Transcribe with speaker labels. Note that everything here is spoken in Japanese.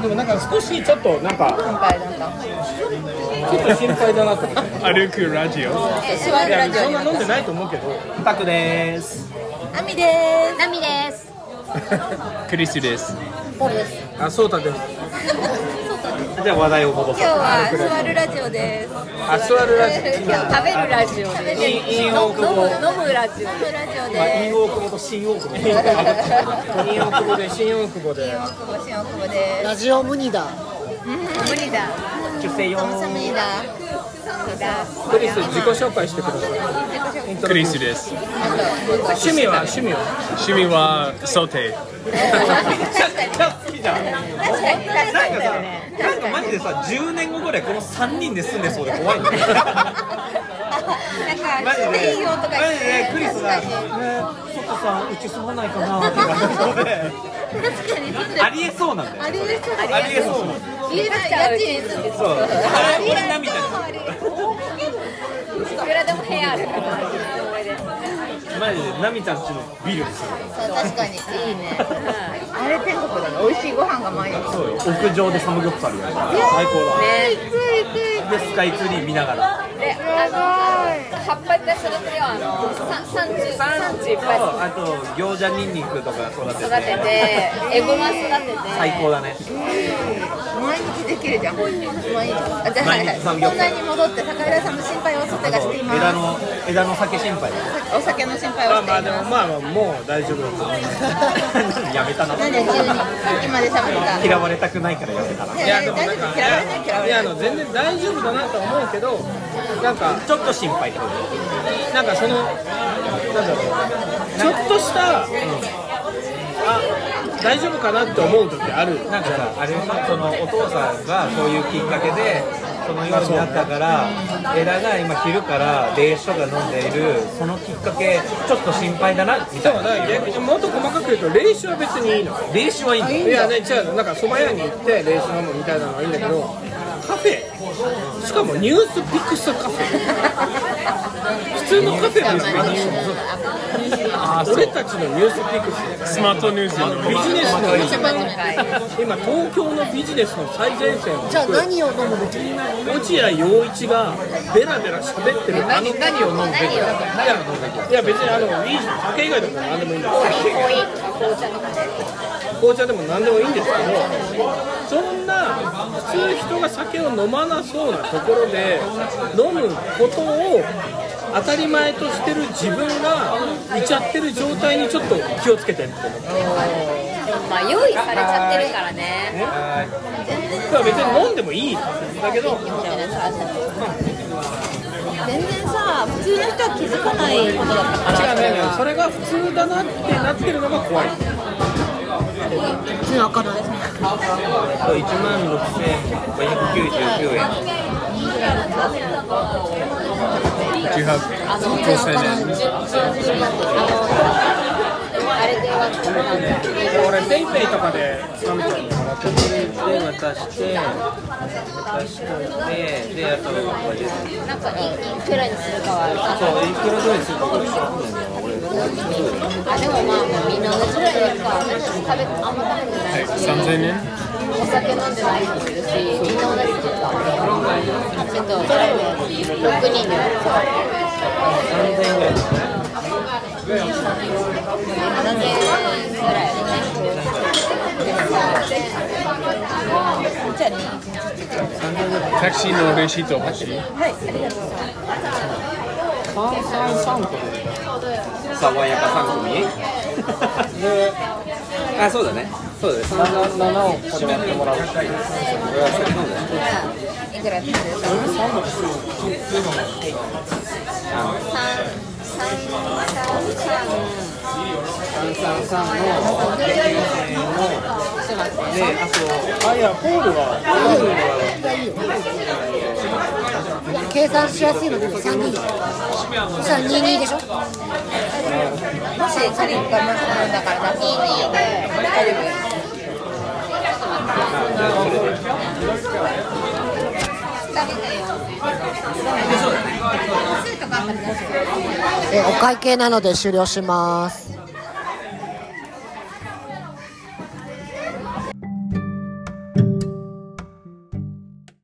Speaker 1: でもなんか少しちょっとなんか
Speaker 2: 今回なんか
Speaker 1: ちょっと心配だなと思って
Speaker 3: 歩くラジオ
Speaker 2: 座
Speaker 1: い
Speaker 2: るラ
Speaker 1: や
Speaker 2: ジオ
Speaker 1: そん
Speaker 2: に
Speaker 1: な飲んでないと思うけどパクです
Speaker 2: アミで
Speaker 4: ナミです。
Speaker 3: クリスです
Speaker 2: すポルです
Speaker 1: あそうたですじゃあ話題を戻
Speaker 2: 今日は座るラジオです
Speaker 1: あ座るラジオ
Speaker 2: 今日食べるラジオです
Speaker 1: いいいい大久保
Speaker 2: 飲む飲むラジオ飲むラジオ
Speaker 1: まあ、
Speaker 2: で
Speaker 1: イン
Speaker 2: す
Speaker 1: オークボと新オークボインオークボで新オークボで
Speaker 2: 大久保新大久保で
Speaker 5: ラジオムニだ
Speaker 2: す無理だ
Speaker 1: 出世よ
Speaker 2: 寒いだだ
Speaker 1: クリス自己紹介してください
Speaker 3: クリスです
Speaker 1: 趣味は趣味は
Speaker 3: 趣味はソテー
Speaker 2: 確かに
Speaker 1: 好きじゃんなんか
Speaker 2: 確かに確かにだよね
Speaker 1: さなんかマジでさ10年後ぐらいこの3人で住んでそうで怖いんだよ
Speaker 2: なんか
Speaker 1: マジ
Speaker 2: し
Speaker 1: で
Speaker 2: ていいよとか言
Speaker 1: マ
Speaker 2: っ
Speaker 1: ジ
Speaker 2: て
Speaker 1: でクリスが
Speaker 2: 確
Speaker 1: ね
Speaker 2: かに
Speaker 1: ちょっとさうち住まないかなって感じそ
Speaker 4: 確
Speaker 1: うで
Speaker 4: かにそうだ
Speaker 1: あ
Speaker 4: よ。
Speaker 1: りえそうなんだよ
Speaker 4: ありえそう。
Speaker 1: ありえそうなの
Speaker 4: 家出ちゃう。
Speaker 2: 家賃
Speaker 1: そうあれ俺らみたいない
Speaker 2: くらでも部屋あるから
Speaker 1: マジでナミちゃんちのビルですよ
Speaker 2: そう確かにいいねあれ天国だね美味しいご飯が毎日
Speaker 1: そうよ屋上でサムギョプサルやる最高
Speaker 2: ね
Speaker 1: だでスカイツリー見ながら
Speaker 4: で、あの葉っぱいっぱい育てるよ。あのさ産地産地いっぱい
Speaker 1: とあと餃子ニンニクとか育てて
Speaker 4: 育てて、エゴマ育てて。
Speaker 1: 最高だね
Speaker 2: 毎日できるじゃん毎日あじゃあは
Speaker 1: 毎
Speaker 2: いはい
Speaker 1: 日産業
Speaker 2: 本題に戻って高枝さんの心配をお外がしてい
Speaker 1: 枝
Speaker 2: ま
Speaker 1: の枝の酒心配です
Speaker 2: すお酒の心配を
Speaker 1: まあ
Speaker 2: してい
Speaker 1: まあでも
Speaker 2: ます
Speaker 1: まあまあもう大丈夫だと思いますやめたな
Speaker 2: なんで急にさっきまで喋ってた
Speaker 1: 嫌われたくないからやめたない
Speaker 2: やいや大丈夫嫌われない嫌
Speaker 1: い
Speaker 2: われ
Speaker 1: やあ
Speaker 2: ない
Speaker 1: の全然大丈夫だなとは思うけどなんかちょっと心配ってことなんかそのなんだろうちょっとした、あ大丈夫かなって思う時ある
Speaker 6: なんかさ、あれさ、そのお父さんがそういうきっかけで、そのようになったから、枝が今、昼から霊書が飲んでいる、そのきっかけ、ちょっと心配だなみたい
Speaker 1: だから逆にもっと細かく言うと練習は別にいいの
Speaker 6: な、霊書はいいんだ、
Speaker 1: いやね、違うの、なんか蕎麦屋に行って練習飲むみたいなのはいいんだけど、カフェ、しかもニュースピクスカフェ、普通のカフェなんですよ、俺たちのニュースピクス、
Speaker 3: スマートニュース
Speaker 1: ビ
Speaker 3: の
Speaker 1: ジネス
Speaker 2: めっちゃ
Speaker 1: の、
Speaker 2: バズる
Speaker 1: 今、東京のビジネスの最前線を
Speaker 5: じゃあ
Speaker 1: 行く、
Speaker 5: 何を飲むべき
Speaker 1: 落合陽一がベラベラ喋ってる、あの、
Speaker 2: 何を飲んでる
Speaker 1: いや、別にあの、いい酒以外でも何でもいいんだ紅茶でも何でもいいんですけどそんな普通人が酒を飲まなそうなところで飲むことを当たり前としてる自分がいちゃってる状態にちょっと気をつけてって思って
Speaker 4: でもまあ用意されちゃってるからね。
Speaker 1: だから別に飲んでもいいだけど
Speaker 2: 全然さ普通の人は気づかないことだったから
Speaker 1: 違うねそれが普通だなってなってるのが怖い
Speaker 5: 手開かない
Speaker 6: 1万6599円、
Speaker 3: Do you have
Speaker 5: 開かない
Speaker 1: 俺ペイペイとかで
Speaker 6: で、渡して、渡して、で、あと、これです
Speaker 4: なんかいいいくらにするかは。
Speaker 6: そう、いくらぐらいするか分かんないな、俺、
Speaker 4: あでもまあまあみんな同じぐらいやるか。私食べあんま食べてないし。
Speaker 3: 3000円
Speaker 4: お酒飲んでない人もいるし、みんな同じですか。ちょっと誰で六人でやる。
Speaker 6: 3000円ぐらいですね。
Speaker 4: 七千円ぐらいだね。
Speaker 3: タクシーのレシート欲しい
Speaker 6: 爽やか三組あそうだねそうだね7をここでやってもらう
Speaker 2: いくらってる
Speaker 5: 計算しやすいので三人そしたら二二でしょ
Speaker 2: もしカリンがマスなんだから出すのいいよね
Speaker 5: えお会計なので終了します